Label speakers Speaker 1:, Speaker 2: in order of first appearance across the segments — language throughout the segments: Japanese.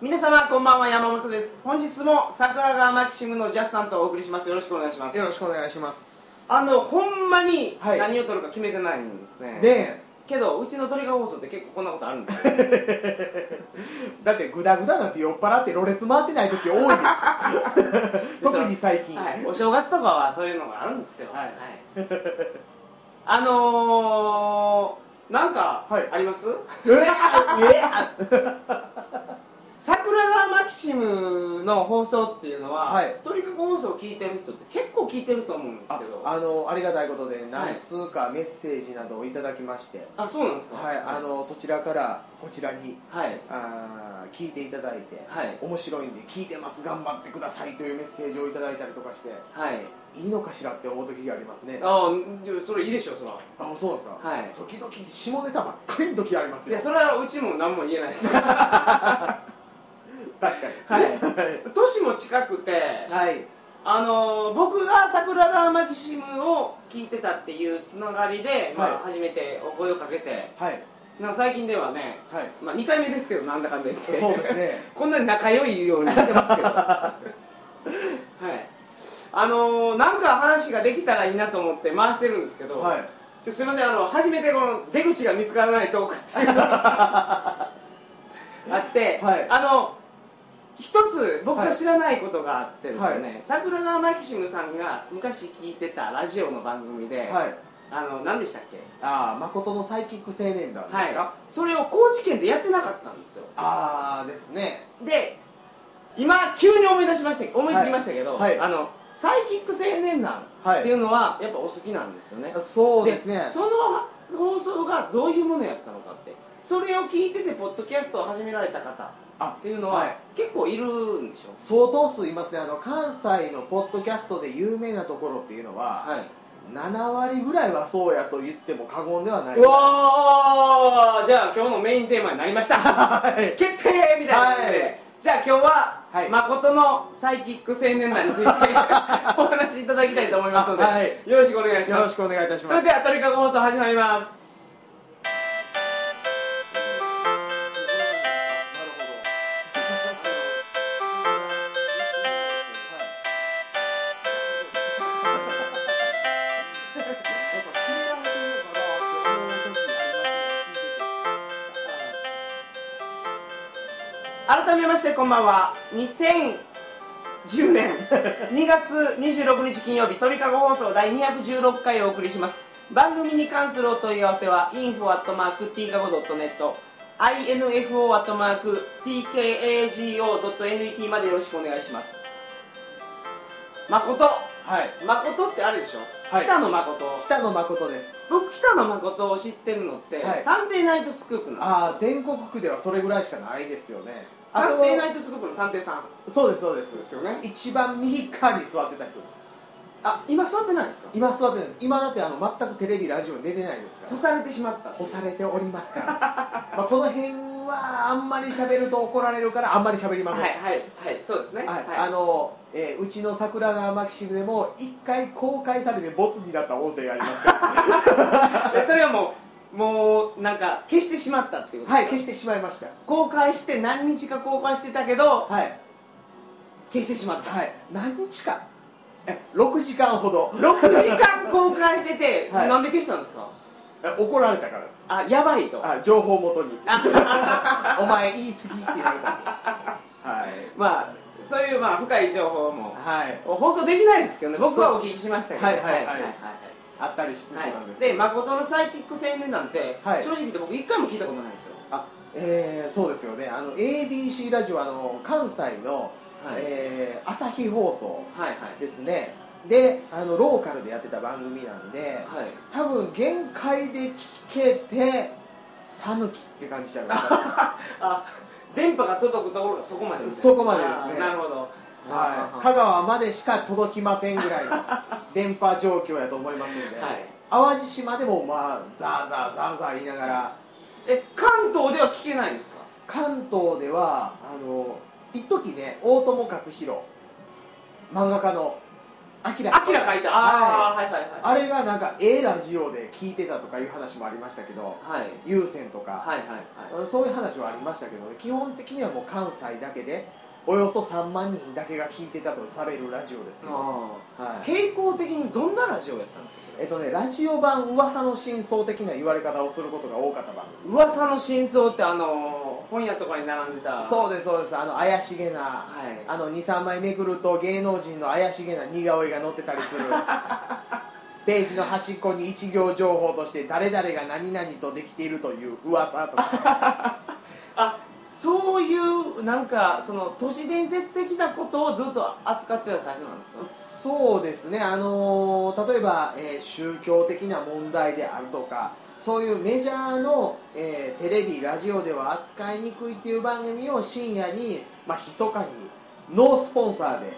Speaker 1: 皆様こんばんは山本です本日も桜川マキシムのジャスさんとお送りしますよろしくお願いします
Speaker 2: よろしくお願いします
Speaker 1: あのほんまに
Speaker 2: はい
Speaker 1: 何を撮るか決めてないんですね、
Speaker 2: ね
Speaker 1: けどうちのトリガー放送って結構こんなことあるんです よ
Speaker 2: えだってグダグダなんて酔っ払ってろれつ回ってない時多い ですよ特に最近、
Speaker 1: はい、お正月とかはそういうのがあるんですよ
Speaker 2: はい
Speaker 1: あのー、なんか
Speaker 2: はい
Speaker 1: あります、
Speaker 2: うわえ
Speaker 1: 桜川マキシムの放送っていうのは、
Speaker 2: はい
Speaker 1: トリガー放送を聞いてる人って結構聞いてると思うんです
Speaker 2: あ
Speaker 1: けどあ
Speaker 2: あのありがたいことで
Speaker 1: はい
Speaker 2: 何通かメッセージなどをいただきまして、
Speaker 1: そうなんですか
Speaker 2: はいあのそちらからこちらに
Speaker 1: はい
Speaker 2: あー聞いていただいて、
Speaker 1: はい
Speaker 2: 面白いんで聞いてます頑張ってくださいというメッセージをいただいたりとかして
Speaker 1: はい
Speaker 2: いいのかしらって思う時がありますねあ
Speaker 1: ああでもそれいいでしょそら
Speaker 2: そうですか、
Speaker 1: はい
Speaker 2: 時々下ネタばっかりの時あります
Speaker 1: い
Speaker 2: よ
Speaker 1: やそれはうちも何も言えないです は
Speaker 2: 確かに
Speaker 1: い 年も近くて
Speaker 2: はい
Speaker 1: あのー僕が桜川マキシムを聞いてたっていうつながりで、まあ、初めてお声をかけて
Speaker 2: はい
Speaker 1: なんか最近ではね、
Speaker 2: はい
Speaker 1: まあ、2回目ですけどなんだかんだ言って
Speaker 2: そうですね
Speaker 1: こんなに仲良いようにしてます けどはいあのーなんか話ができたらいいなと思って回してるんですけど、
Speaker 2: はい
Speaker 1: ちょすみませんあの初めてこの出口が見つからないトークっていう のがあって、
Speaker 2: はい
Speaker 1: あの一つ僕が知らないことがあってですね、桜川マキシムさんが昔聞いてたラジオの番組で、
Speaker 2: はい
Speaker 1: あの何でしたっけ
Speaker 2: ああ誠のサイキック青年団ですか、
Speaker 1: はい、それを高知県でやってなかったんですよ
Speaker 2: ああですね
Speaker 1: で今急に思い出しました思いつきましたけど、
Speaker 2: はいはい
Speaker 1: あのサイキック青年団
Speaker 2: は
Speaker 1: っていうのはやっぱお好きなんですよね、
Speaker 2: そうですね
Speaker 1: その放送がどういうものやったのかってそれを聞いててポッドキャストを始められた方
Speaker 2: あ
Speaker 1: っていうのは、
Speaker 2: はい
Speaker 1: 結構いるんでしょ
Speaker 2: 相当数いますねあの関西のポッドキャストで有名なところっていうのは、
Speaker 1: い
Speaker 2: 7割ぐらいはそうやと言っても過言ではないう
Speaker 1: わーじゃあ今日のメインテーマになりました
Speaker 2: はい
Speaker 1: 決定みたいな感じで、
Speaker 2: はい
Speaker 1: じゃあ今日は、
Speaker 2: はい
Speaker 1: 誠のサイキック青年団に ついてお話しいただきたいと思いますので、
Speaker 2: あはい
Speaker 1: よろしくお願いし
Speaker 2: よ
Speaker 1: ま
Speaker 2: ろ
Speaker 1: す
Speaker 2: しくお願いいたし
Speaker 1: そ
Speaker 2: ま
Speaker 1: れ
Speaker 2: す
Speaker 1: ではトリカゴ放送始まります改めましてこんばんは2010年 2月26日金曜日トリカゴ放送第216回をお送りします番組に関するお問い合わせは info.tkago.net info.tkago.net までよろしくお願いします誠
Speaker 2: はい
Speaker 1: 誠ってあれでしょ、
Speaker 2: はい
Speaker 1: 北野誠
Speaker 2: 北野誠です
Speaker 1: 僕北野誠を知ってるのって、
Speaker 2: はい
Speaker 1: 探偵ナイトスクープなん
Speaker 2: あ
Speaker 1: で
Speaker 2: あ
Speaker 1: すよ
Speaker 2: 全国区ではそれぐらいしかないですよねあ
Speaker 1: 探
Speaker 2: と
Speaker 1: 偵ナイトスクープの探偵さん
Speaker 2: そうですそうです
Speaker 1: ですよね
Speaker 2: 一番右側に座ってた人です
Speaker 1: あ今座ってないんですか
Speaker 2: 今座ってないです今だってあの全くテレビラジオに出てないですか
Speaker 1: 干
Speaker 2: ら
Speaker 1: されてしまった
Speaker 2: 干されておりますから まあこの辺はあんまり喋ると怒られるからあんまり喋りま
Speaker 1: はい
Speaker 2: せん、
Speaker 1: はいはいそうですね
Speaker 2: はいあの、えーうちの桜川マキシムでも一回公開されてボツになった音声があります から
Speaker 1: え それはもうもうなんか消してしまったっていうこと
Speaker 2: はい消
Speaker 1: 消
Speaker 2: してしまいました
Speaker 1: 公開して何日か公開してたけど
Speaker 2: はい
Speaker 1: 消してしまった、
Speaker 2: はい何日かえ6時間ほど
Speaker 1: 六6時間公開してて、
Speaker 2: はい
Speaker 1: なんで消したんですか
Speaker 2: え怒られたからです
Speaker 1: あやばいと
Speaker 2: あ情報をもとにお前言い過ぎって言われたはい
Speaker 1: まあそういうまあ深い情報も
Speaker 2: はい
Speaker 1: 放送できないですけどね僕はお聞きしましたけど
Speaker 2: はいはいはい
Speaker 1: はい
Speaker 2: あったりしつつ
Speaker 1: はい
Speaker 2: なんです
Speaker 1: で
Speaker 2: けど、
Speaker 1: 誠のサイキック青年なんて、
Speaker 2: はい
Speaker 1: 正直言って僕一回も聞いたことないんですよ
Speaker 2: あえーそうですよねあの ABC ラジオはあの関西の、
Speaker 1: はい、
Speaker 2: えー朝日放送
Speaker 1: はいはい
Speaker 2: ですねであのローカルでやってた番組なんで
Speaker 1: はい
Speaker 2: 多分限界で聞けて讃岐って感 じちゃいました
Speaker 1: あ電波が届くところがそこまでみたいな
Speaker 2: そこまでですね
Speaker 1: あーなるほど
Speaker 2: はい、
Speaker 1: は
Speaker 2: 香川までしか届きません ぐらいの電波状況やと思いますんで、
Speaker 1: いはい
Speaker 2: 淡路島でもまあザーザーザーザー言いながら
Speaker 1: え関東では聞けないんですか
Speaker 2: 関東ではあの一時ね大友克洋漫画家のアキラ
Speaker 1: あきら書いたああ、はい、はいはい
Speaker 2: あれがなんかええラジオで聞いてたとかいう話もありましたけど
Speaker 1: はいはい
Speaker 2: 有線とか、
Speaker 1: はいはいはい
Speaker 2: そういう話はありましたけどね基本的にはもう関西だけでおよそ3万人だけが聞いてたとされるラジオですね、は
Speaker 1: あー
Speaker 2: い、
Speaker 1: 傾向的にどんなラジオやったんですかそ
Speaker 2: えっ
Speaker 1: れ
Speaker 2: とねラジオ版噂の真相的な言われ方をすることが多かった番組
Speaker 1: 噂の真相ってあのー本屋とかに並んでた
Speaker 2: そううですそうですあの怪しげな、
Speaker 1: はい
Speaker 2: あの23枚めくると芸能人の怪しげな似顔絵が載ってたりするページの端っこに一行情報として誰々が何々とできているという噂とか
Speaker 1: あそういうなんかその都市伝説的なことをずっと扱ってたサイトなんですか
Speaker 2: そうですねあのー例えば、えー宗教的な問題であるとかそういうメジャーの、えーテレビラジオでは扱いにくいっていう番組を深夜にまあ密かにノースポンサーで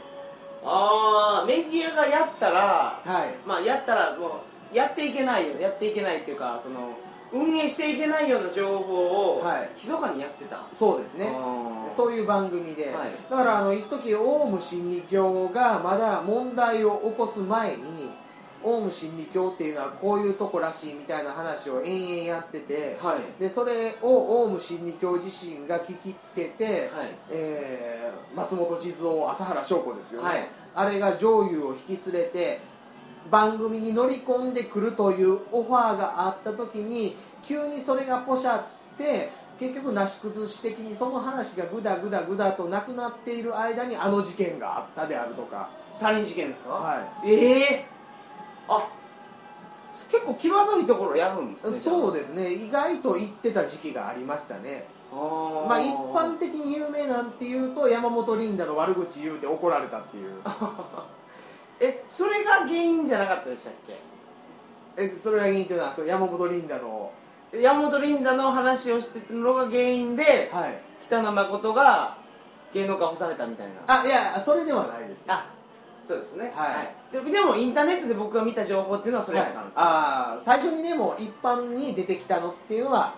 Speaker 1: ああメディアがやったら
Speaker 2: はい
Speaker 1: まあやったらもうやっていけないよやっていけないっていうかその運営していけないような情報を
Speaker 2: はい
Speaker 1: 密かにやってた、
Speaker 2: そうですね
Speaker 1: あー
Speaker 2: そういう番組で、
Speaker 1: はい
Speaker 2: だからあの一時オウム真理教がまだ問題を起こす前にオウム真理教っていうのはこういうとこらしいみたいな話を延々やってて、
Speaker 1: はい
Speaker 2: でそれをオウム真理教自身が聞きつけて、
Speaker 1: はい
Speaker 2: えー松本地蔵朝原翔子ですよね、
Speaker 1: はい
Speaker 2: あれが上優を引き連れて番組に乗り込んでくるというオファーがあった時に急にそれがポシャって結局なし崩し的にその話がグダグダグダとなくなっている間にあの事件があったであるとか、
Speaker 1: サリン事件ですか、
Speaker 2: は
Speaker 1: ええあ結構際どいところやるんで
Speaker 2: い、
Speaker 1: すね
Speaker 2: そう
Speaker 1: で
Speaker 2: ですね意外と言ってた時期がありましたね
Speaker 1: あ
Speaker 2: まあ一般的に有名なんていうと山本リンダの悪口言うて怒られたっていう
Speaker 1: えそれが原因じゃなかったでしたっ
Speaker 2: えそれが原因というのはそう山本リンダの
Speaker 1: け山本リンダの話をしてたのが原因で
Speaker 2: はい
Speaker 1: 北野誠が芸能界干されたみたいな
Speaker 2: あいやそれではないです
Speaker 1: あそうですね
Speaker 2: はい
Speaker 1: ででもインターネットで僕が見た情報っていうのはそれやったんですよ、
Speaker 2: ああ最初にねもう一般に出てきたのっていうのは
Speaker 1: は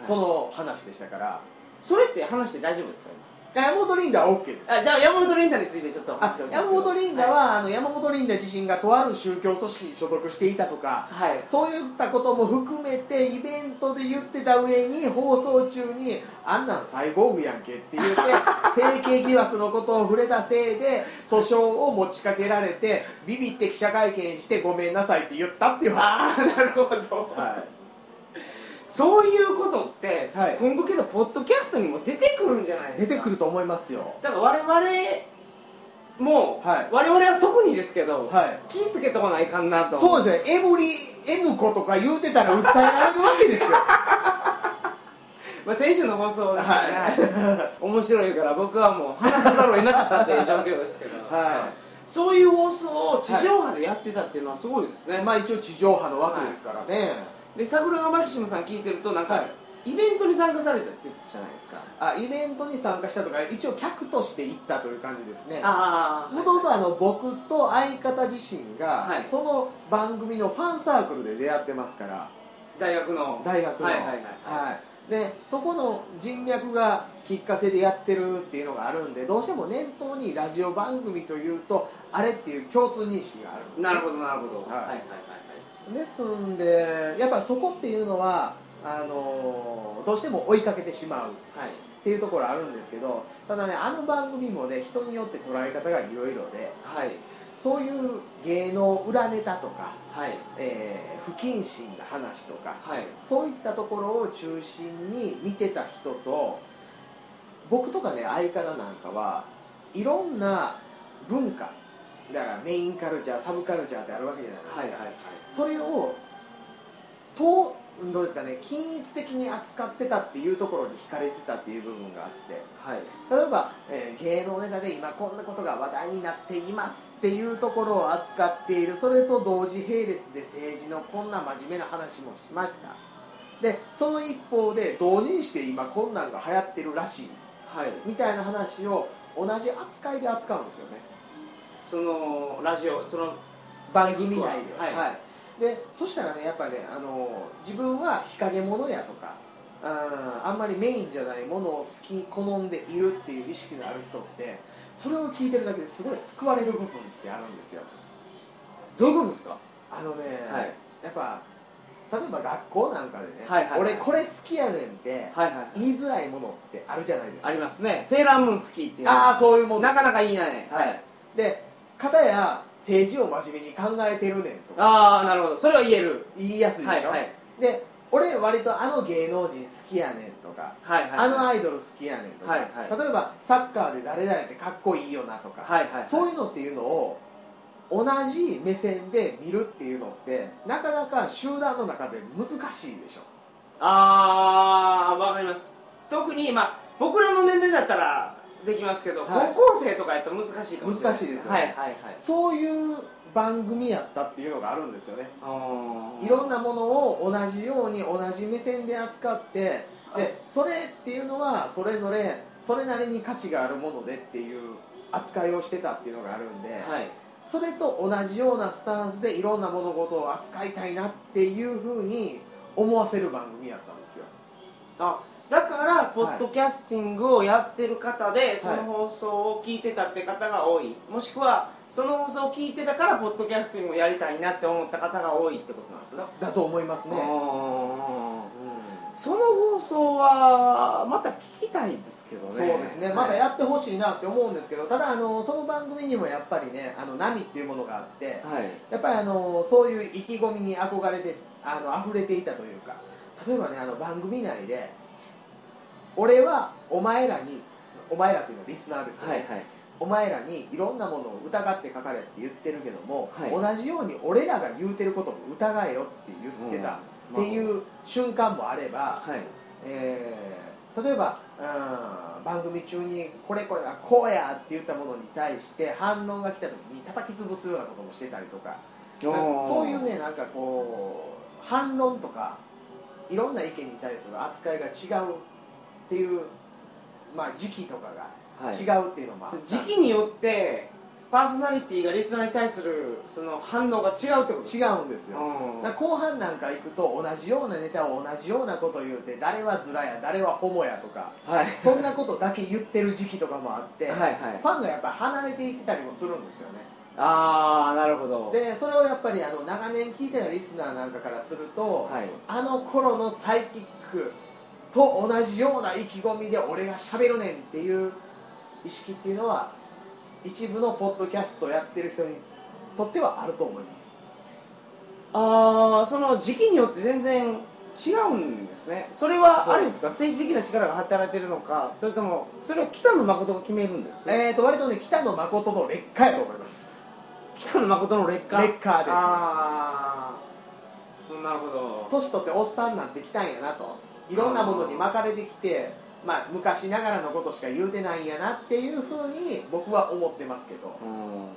Speaker 1: い
Speaker 2: その話でしたから、
Speaker 1: それって話して大丈夫ですか
Speaker 2: 山本リンダは OK です
Speaker 1: 今あじゃあ山本リンダについてちょっとお話
Speaker 2: あ
Speaker 1: ししてほしいんですけど
Speaker 2: 山本リンダは、あの山本リンダ自身がとある宗教組織に所属していたとか
Speaker 1: はい、はい
Speaker 2: そういったことも含めてイベントで言ってた上に放送中にあんなんサイボーグやんけって言 って整形疑惑のことを触れたせいで訴訟を持ちかけられてビビって記者会見してごめんなさいって言ったっていう話
Speaker 1: ああなるほど、
Speaker 2: は
Speaker 1: そういうことって、
Speaker 2: はい
Speaker 1: 今後けどポッドキャストにも出てくるんじゃないで
Speaker 2: い、
Speaker 1: す
Speaker 2: 出
Speaker 1: か
Speaker 2: てくると思いますよ
Speaker 1: だから我々も、
Speaker 2: はい
Speaker 1: 我々は特にですけど、
Speaker 2: はい
Speaker 1: 気ぃつけとかないかんなと
Speaker 2: そう
Speaker 1: う
Speaker 2: ですよエムリエムコとか言うてたら訴えられるわけですよ
Speaker 1: まあ、先週の放送ですね、
Speaker 2: は
Speaker 1: 面白いから僕はもう話さざるを得なかったっていう状況ですけど、
Speaker 2: はい
Speaker 1: そういう放送を地上波でやってたっていうのはすごいですね、
Speaker 2: まあ一応地上波の枠ですからね、
Speaker 1: で桜川マキシムさん聞いてるとなんか、
Speaker 2: はい
Speaker 1: イベントに参加されたって言ってたじゃないですか
Speaker 2: あイベントに参加したとか一応客として行ったという感じですね
Speaker 1: ああ
Speaker 2: もともとあの僕と相方自身が、
Speaker 1: はい
Speaker 2: その番組のファンサークルで出会ってますから
Speaker 1: 大学の
Speaker 2: 大学の
Speaker 1: はいはいはいはい
Speaker 2: はいでそこの人脈がきっかけでやってるっていうのがあるんでどうしても念頭にラジオ番組というとあれっていう共通認識があるんです
Speaker 1: なるほどなるほど、
Speaker 2: はい
Speaker 1: はい、はいはいはい
Speaker 2: ですんでやっぱそこっていうのはあのどうしても追いかけてしまう
Speaker 1: はい
Speaker 2: っていうところあるんですけどただねあの番組もね人によって捉え方がいろいろで
Speaker 1: はい
Speaker 2: そういう芸能裏ネタとか、
Speaker 1: はい
Speaker 2: えー不謹慎な話とか
Speaker 1: はい
Speaker 2: そういったところを中心に見てた人と僕とかね相方なんかはいろんな文化だからメインカルチャーサブカルチャーってあるわけじゃないですか、
Speaker 1: はいはいはい
Speaker 2: それをとどうですかね均一的に扱ってたっていうところに惹かれてたっていう部分があって
Speaker 1: はい
Speaker 2: 例えば、えー芸能ネタで今こんなことが話題になっていますっていうところを扱っているそれと同時並列で政治のこんな真面目な話もしましたでその一方で同人誌で今こんなんが流行ってるらしい
Speaker 1: はい
Speaker 2: みたいな話を同じ扱いで扱うんですよね
Speaker 1: そのラジオその
Speaker 2: 番組内では
Speaker 1: はい
Speaker 2: でそしたらねやっぱねあの自分は日陰者やとかあーあんまりメインじゃないものを好き好んでいるっていう意識のある人ってそれを聞いてるだけですごい救われる部分ってあるんですよ
Speaker 1: どういうことですか
Speaker 2: あのね、
Speaker 1: はい
Speaker 2: やっぱ例えば学校なんかでね、
Speaker 1: はいはい
Speaker 2: 俺これ好きやねんって
Speaker 1: はいはい
Speaker 2: 言いづらいものってあるじゃないですか
Speaker 1: ありますねセーラームーン好きっていう
Speaker 2: ああそういうもんです
Speaker 1: なかなかいいね
Speaker 2: はいで片や政治を真面目に考えてるねんとか
Speaker 1: ああなるほどそれは言える
Speaker 2: 言いやすい
Speaker 1: は
Speaker 2: で
Speaker 1: い
Speaker 2: しょ、
Speaker 1: はい
Speaker 2: で俺割とあの芸能人好きやねんとか、
Speaker 1: はいはい
Speaker 2: あの
Speaker 1: はい
Speaker 2: アイドル好きやねんとか、
Speaker 1: はいはい
Speaker 2: 例えばサッカーで誰々ってかっこいいよなとか、
Speaker 1: はいはい
Speaker 2: そう
Speaker 1: う
Speaker 2: いうのっていうのを同じ目線で見るっていうのってなかなか集団の中で難しいでしょ
Speaker 1: ああわかります特にまあ僕らの年齢だったらできますけど、
Speaker 2: はい
Speaker 1: 高校生とかやったら難しいかもしれない
Speaker 2: 難しいですよ
Speaker 1: は
Speaker 2: ね
Speaker 1: いはいはい
Speaker 2: そういう番組やったっていうのがあるんですよね
Speaker 1: あー
Speaker 2: いろんなものを同じように同じ目線で扱ってでそれっていうのはそれぞれそれなりに価値があるものでっていう扱いをしてたっていうのがあるんで、
Speaker 1: はい
Speaker 2: それと同じようなスタンスでいろんな物事を扱いたいなっていうふうに思わせる番組やったんですよ
Speaker 1: あだからポッドキャスティングをやってる方で、その放送を聞いてたって方が多いもしくはその放送を聞いてたからポッドキャスティングをやりたいなって思った方が多いってことなんですか、
Speaker 2: だと思いますね、
Speaker 1: あー
Speaker 2: う
Speaker 1: その放送はまた聞きたいですけど
Speaker 2: ん
Speaker 1: ね
Speaker 2: そうですね、またやってほしいなって思うんですけどただあのその番組にもやっぱりねあの波っていうものがあって
Speaker 1: はい
Speaker 2: やっぱりあのそういう意気込みに憧れてあの溢れていたというか例えばねあの番組内で俺はお前らにお前らっていうのはリスナーですよね、
Speaker 1: はいはい
Speaker 2: お前らにいろんなものを疑って書かれって言ってるけども、
Speaker 1: はい
Speaker 2: 同じように俺らが言うてることも疑えよって言ってたって
Speaker 1: う
Speaker 2: いう瞬間もあれば、
Speaker 1: はい
Speaker 2: えー例えば、うん番組中にこれこれはこうやって言ったものに対して反論が来た時に叩き潰すようなこともしてたりとかなんかそういうねなんかこう反論とかいろんな意見に対する扱いが違うっていう、まあ、時期とかが
Speaker 1: はい
Speaker 2: 違うっていうのもあったんで
Speaker 1: 時期によってパーソナリティがリスナーに対するその反応が違うってことです
Speaker 2: 違うんですよ、
Speaker 1: うん
Speaker 2: だから後半なんか行くと同じようなネタを同じようなこと言うて誰はズラや誰はホモやとか
Speaker 1: はい
Speaker 2: そんなことだけ言ってる時期とかもあって、
Speaker 1: はいはい
Speaker 2: ファンがやっぱり離れていってたりもするんですよね
Speaker 1: ああなるほど
Speaker 2: でそれをやっぱりあの長年聞いてたリスナーなんかからすると、
Speaker 1: はい
Speaker 2: あの頃のサイキックと同じような意気込みで俺が喋るねんっていう意識っていうのは一部のポッドキャストやってる人にとってはあると思います
Speaker 1: ああその時期によって全然違うんですねそれは
Speaker 2: そう
Speaker 1: あれですか政治的な力が働いてるのかそれともそれを北野誠が決めるんです、
Speaker 2: えー、と割とね北野誠の劣化やと思います
Speaker 1: 北野誠の劣化
Speaker 2: 劣化ですね
Speaker 1: ああなるほど
Speaker 2: 年取っておっさんになってきたんやなといろんなものに巻かれてきてまあ昔ながらのことしか言うてないんやなっていうふうに僕は思ってますけど
Speaker 1: うん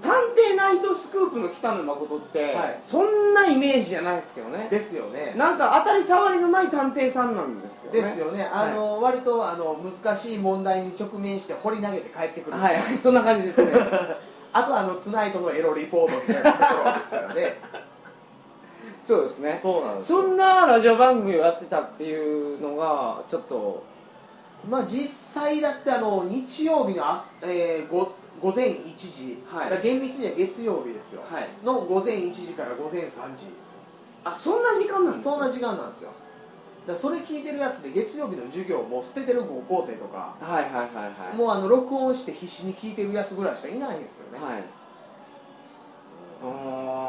Speaker 1: 探偵ナイトスクープの北野誠って、
Speaker 2: はい
Speaker 1: そんなイメージじゃないですけどね
Speaker 2: ですよね
Speaker 1: なんか当たり障りのない探偵さんなんですけどね
Speaker 2: ですよねあの、割とあの難しい問題に直面して掘り投げて帰ってくる、
Speaker 1: はいはいそんな感じですね
Speaker 2: あとあの「トゥナイトのエロリポート」みたいなところですからね
Speaker 1: そうですね
Speaker 2: そうなんです
Speaker 1: そんなラジオ番組をやってたっていうのがちょっと
Speaker 2: まあ実際だってあの日曜日のあす、えーご午前1時、
Speaker 1: はい
Speaker 2: だから厳密には月曜日ですよ、
Speaker 1: はい
Speaker 2: の午前1時から午前3時
Speaker 1: あそんな時間なんです
Speaker 2: そんな
Speaker 1: 時
Speaker 2: 時間なんですよだからそれ聞いてるやつで月曜日の授業も捨ててる高校生とか、
Speaker 1: 間はいはいはいはい
Speaker 2: もうあの録音して必死に聞いてるやつぐらいしかいないんですよね、
Speaker 1: はいあー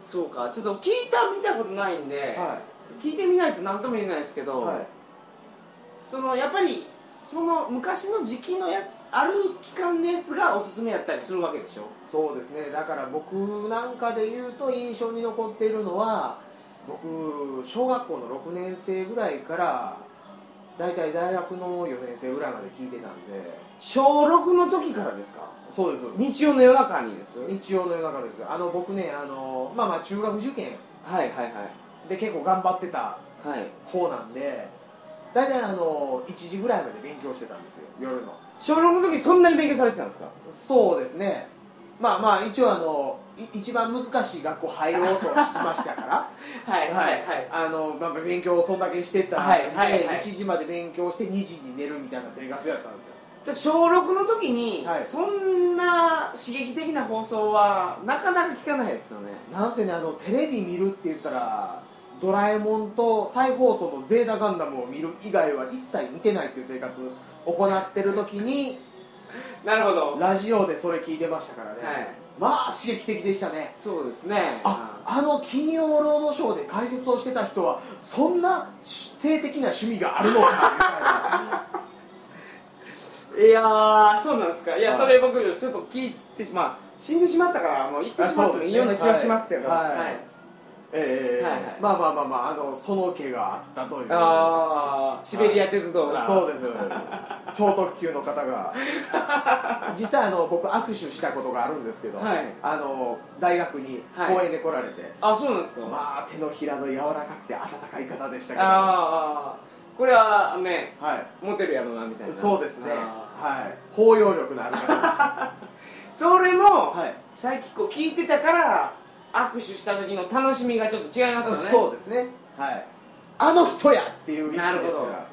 Speaker 1: そうかちょっと聞いた見たことないんで、
Speaker 2: は
Speaker 1: 聞いてみないと何とも言えないですけ
Speaker 2: い
Speaker 1: ど、
Speaker 2: はい
Speaker 1: そのやっぱりその昔の時期のやある期間のやつがおすすめやったりするわけでしょ
Speaker 2: そうですねだから僕なんかで言うと印象に残っているのは僕小学校の6年生ぐらいから大体大学の4年生ぐらいまで聞いてたんで
Speaker 1: 小6の時からですか
Speaker 2: そうですそうで
Speaker 1: 日曜の夜中にです
Speaker 2: す日曜の夜中ですあの僕ねあのまあまあ中学受験
Speaker 1: はいはいはい
Speaker 2: で結構頑張ってた
Speaker 1: はい
Speaker 2: 方なんで大体あの1時ぐらいまで勉強してたんですよ夜の
Speaker 1: 小6の時そんなに勉強されてたんですか
Speaker 2: そうですねまあまあ一応あのい一番難しい学校入ろうとしましたから
Speaker 1: は
Speaker 2: あの、まあ、勉強をそんだけしてたんで、
Speaker 1: はいはいはい
Speaker 2: 1時まで勉強して2時に寝るみたいな生活やったんですよ
Speaker 1: だって小6の時に、
Speaker 2: はい
Speaker 1: そんな刺激的な放送はなかなか聞かないですよね
Speaker 2: なんせねあのテレビ見るって言ったら「ドラえもん」と再放送の「ゼータガンダム」を見る以外は一切見てないっていう生活を行ってる時に
Speaker 1: なるほどはい
Speaker 2: ラジオでそれ聞いてましたからね、まあ刺激的でしたね
Speaker 1: そうですね
Speaker 2: ああの金曜ロードショーで解説をしてた人はそんな性的な趣味があるのかみたいな
Speaker 1: いやーそうなんですかいや、
Speaker 2: はい
Speaker 1: それ僕ちょっと聞いてまあ死んでしまったからもう言ってしまってもいいような気がしますけど
Speaker 2: あそうですねはいええ
Speaker 1: はいはい
Speaker 2: まあまあまあまああのその気があったという
Speaker 1: ああシベリア鉄道が、
Speaker 2: そうです 超特急の方が実際あの僕握手したことがあるんですけど、
Speaker 1: はい
Speaker 2: あの大学に
Speaker 1: はい
Speaker 2: 公園で来られて、
Speaker 1: あそうなんですか、
Speaker 2: まあ手のひらの柔らかくて温かい方でしたけど
Speaker 1: あーこれはね
Speaker 2: は
Speaker 1: モテるやろなみたい
Speaker 2: い
Speaker 1: な
Speaker 2: そうですね
Speaker 1: あ
Speaker 2: はい包容力のある方でした、
Speaker 1: ーそれも、
Speaker 2: はい、
Speaker 1: さっきこう聞いてたから握手した時の楽しみがちょっと違いますよね
Speaker 2: そうですねはいあの人やっていう意識ですか
Speaker 1: なる
Speaker 2: ら
Speaker 1: は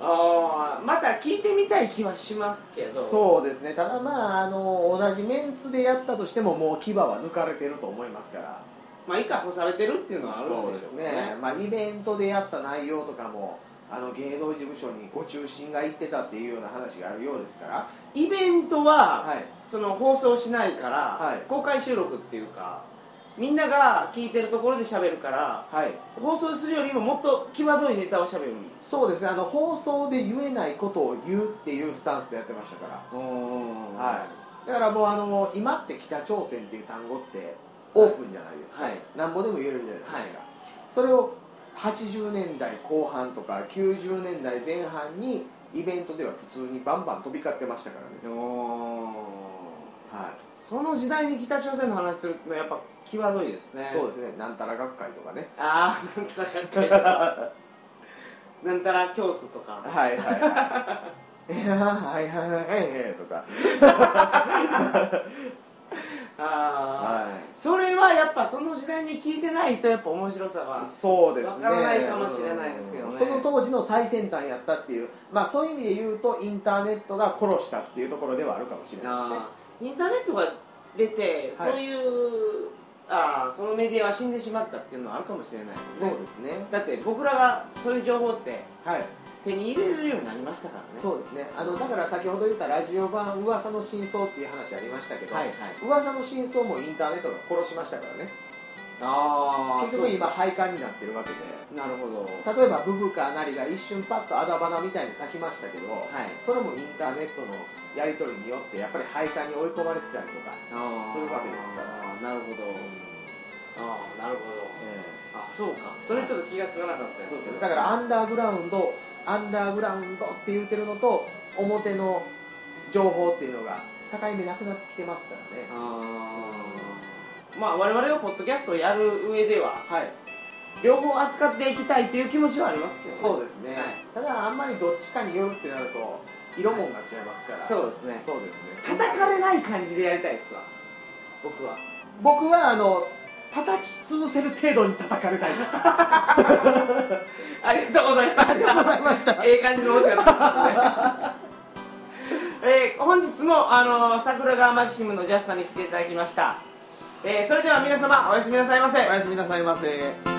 Speaker 1: あ、はあはあ
Speaker 2: は
Speaker 1: あーまた聞いてみたい気はしますけ
Speaker 2: い、
Speaker 1: ど
Speaker 2: そうですねただまああの同じメンツでやったとしてももう牙は抜かれてると思いますから
Speaker 1: まあ以下干されてるっていうのはある
Speaker 2: そ
Speaker 1: んで
Speaker 2: うで
Speaker 1: しょ
Speaker 2: す
Speaker 1: う
Speaker 2: ねまあ、イベントでやった内容とかもあの芸能事務所にご中心が行ってたっていうような話があるようですから
Speaker 1: イベントは、
Speaker 2: はい
Speaker 1: その放送しないから、
Speaker 2: はい
Speaker 1: 公開収録っていうかみんなが聞いてるところで喋るから
Speaker 2: はい
Speaker 1: 放送するよりももっと際どいネタを喋るんです
Speaker 2: そうですねあの放送で言えないことを言うっていうスタンスでやってましたからは
Speaker 1: はい
Speaker 2: だからもうあの今って北朝鮮っていう単語ってオープンじゃないですか、
Speaker 1: はい
Speaker 2: なんぼでも言えるじゃないですか、それを80年代後半とか90年代前半にイベントでは普通にバンバン飛び交ってましたからね、
Speaker 1: い
Speaker 2: はい
Speaker 1: その時代に北朝鮮の話するっていうのはやっぱ際どいですね
Speaker 2: そうですね、なんたら学会とかね。
Speaker 1: ああなんたら学会とか
Speaker 2: は
Speaker 1: なんたら教祖とか
Speaker 2: いはい はい。いやーはいはいはいはいとか。
Speaker 1: ああ
Speaker 2: は。
Speaker 1: それはやっぱその時代に聞いてないとやっぱ面白さはい
Speaker 2: そうですね。
Speaker 1: わからないかもしれないですけどね
Speaker 2: うんその当時の最先端やったっていう、まあそういう意味で言うとインターネットが殺したっていうところではあるかもしれないですね
Speaker 1: あーインターネットが出て、
Speaker 2: はい
Speaker 1: そういうあーそのメディアは死んでしまったっていうのはあるかもしれないです。ね
Speaker 2: そうですね。
Speaker 1: だって僕らがそういう情報って
Speaker 2: はい。
Speaker 1: 手に入れれるようになりましたからね
Speaker 2: そうですね。あのだから先ほど言ったラジオ版噂の真相っていう話ありましたけど、
Speaker 1: はいはい
Speaker 2: 噂の真相もインターネットが殺しましたからね。
Speaker 1: ああ
Speaker 2: 結局今廃刊になってるわけで。
Speaker 1: なるほどはい
Speaker 2: 例えばブブカなりが一瞬パッとあだ花みたいに咲きましたけど、それもインターネットのやり取りによってやっぱり廃刊に追い込まれてたりとか、
Speaker 1: あー
Speaker 2: そういうわけですから
Speaker 1: なるほどああなるほど
Speaker 2: え
Speaker 1: あそうかそれちょっと気がつかなかったです
Speaker 2: えそうですよね
Speaker 1: だ
Speaker 2: だ
Speaker 1: か
Speaker 2: から
Speaker 1: ら
Speaker 2: アンダーグラウンドアンダーグラウンドって言ってるのと表の情報っていうのが境目なくなってきてますからね
Speaker 1: まあ我々がポッドキャストをやる上では
Speaker 2: はい
Speaker 1: 両方扱っていきたいという気持ちはありますけどね、
Speaker 2: そうですね、
Speaker 1: はい
Speaker 2: ただあんまりどっちかによるってなると色もんになっちゃいますから
Speaker 1: そうですね
Speaker 2: そうですね
Speaker 1: 叩かれない感じでやりたいですわ僕は
Speaker 2: 僕はあの叩き潰せる程度に叩かれたいです
Speaker 1: ありがとうございま
Speaker 2: ありがとうございました
Speaker 1: ええ感じのお家が建ったので、えー本日も、あのー桜川マキシムのジャスさんに来ていただきました、えーそれでは皆様おやすみなさいませ
Speaker 2: おやすみなさいませ。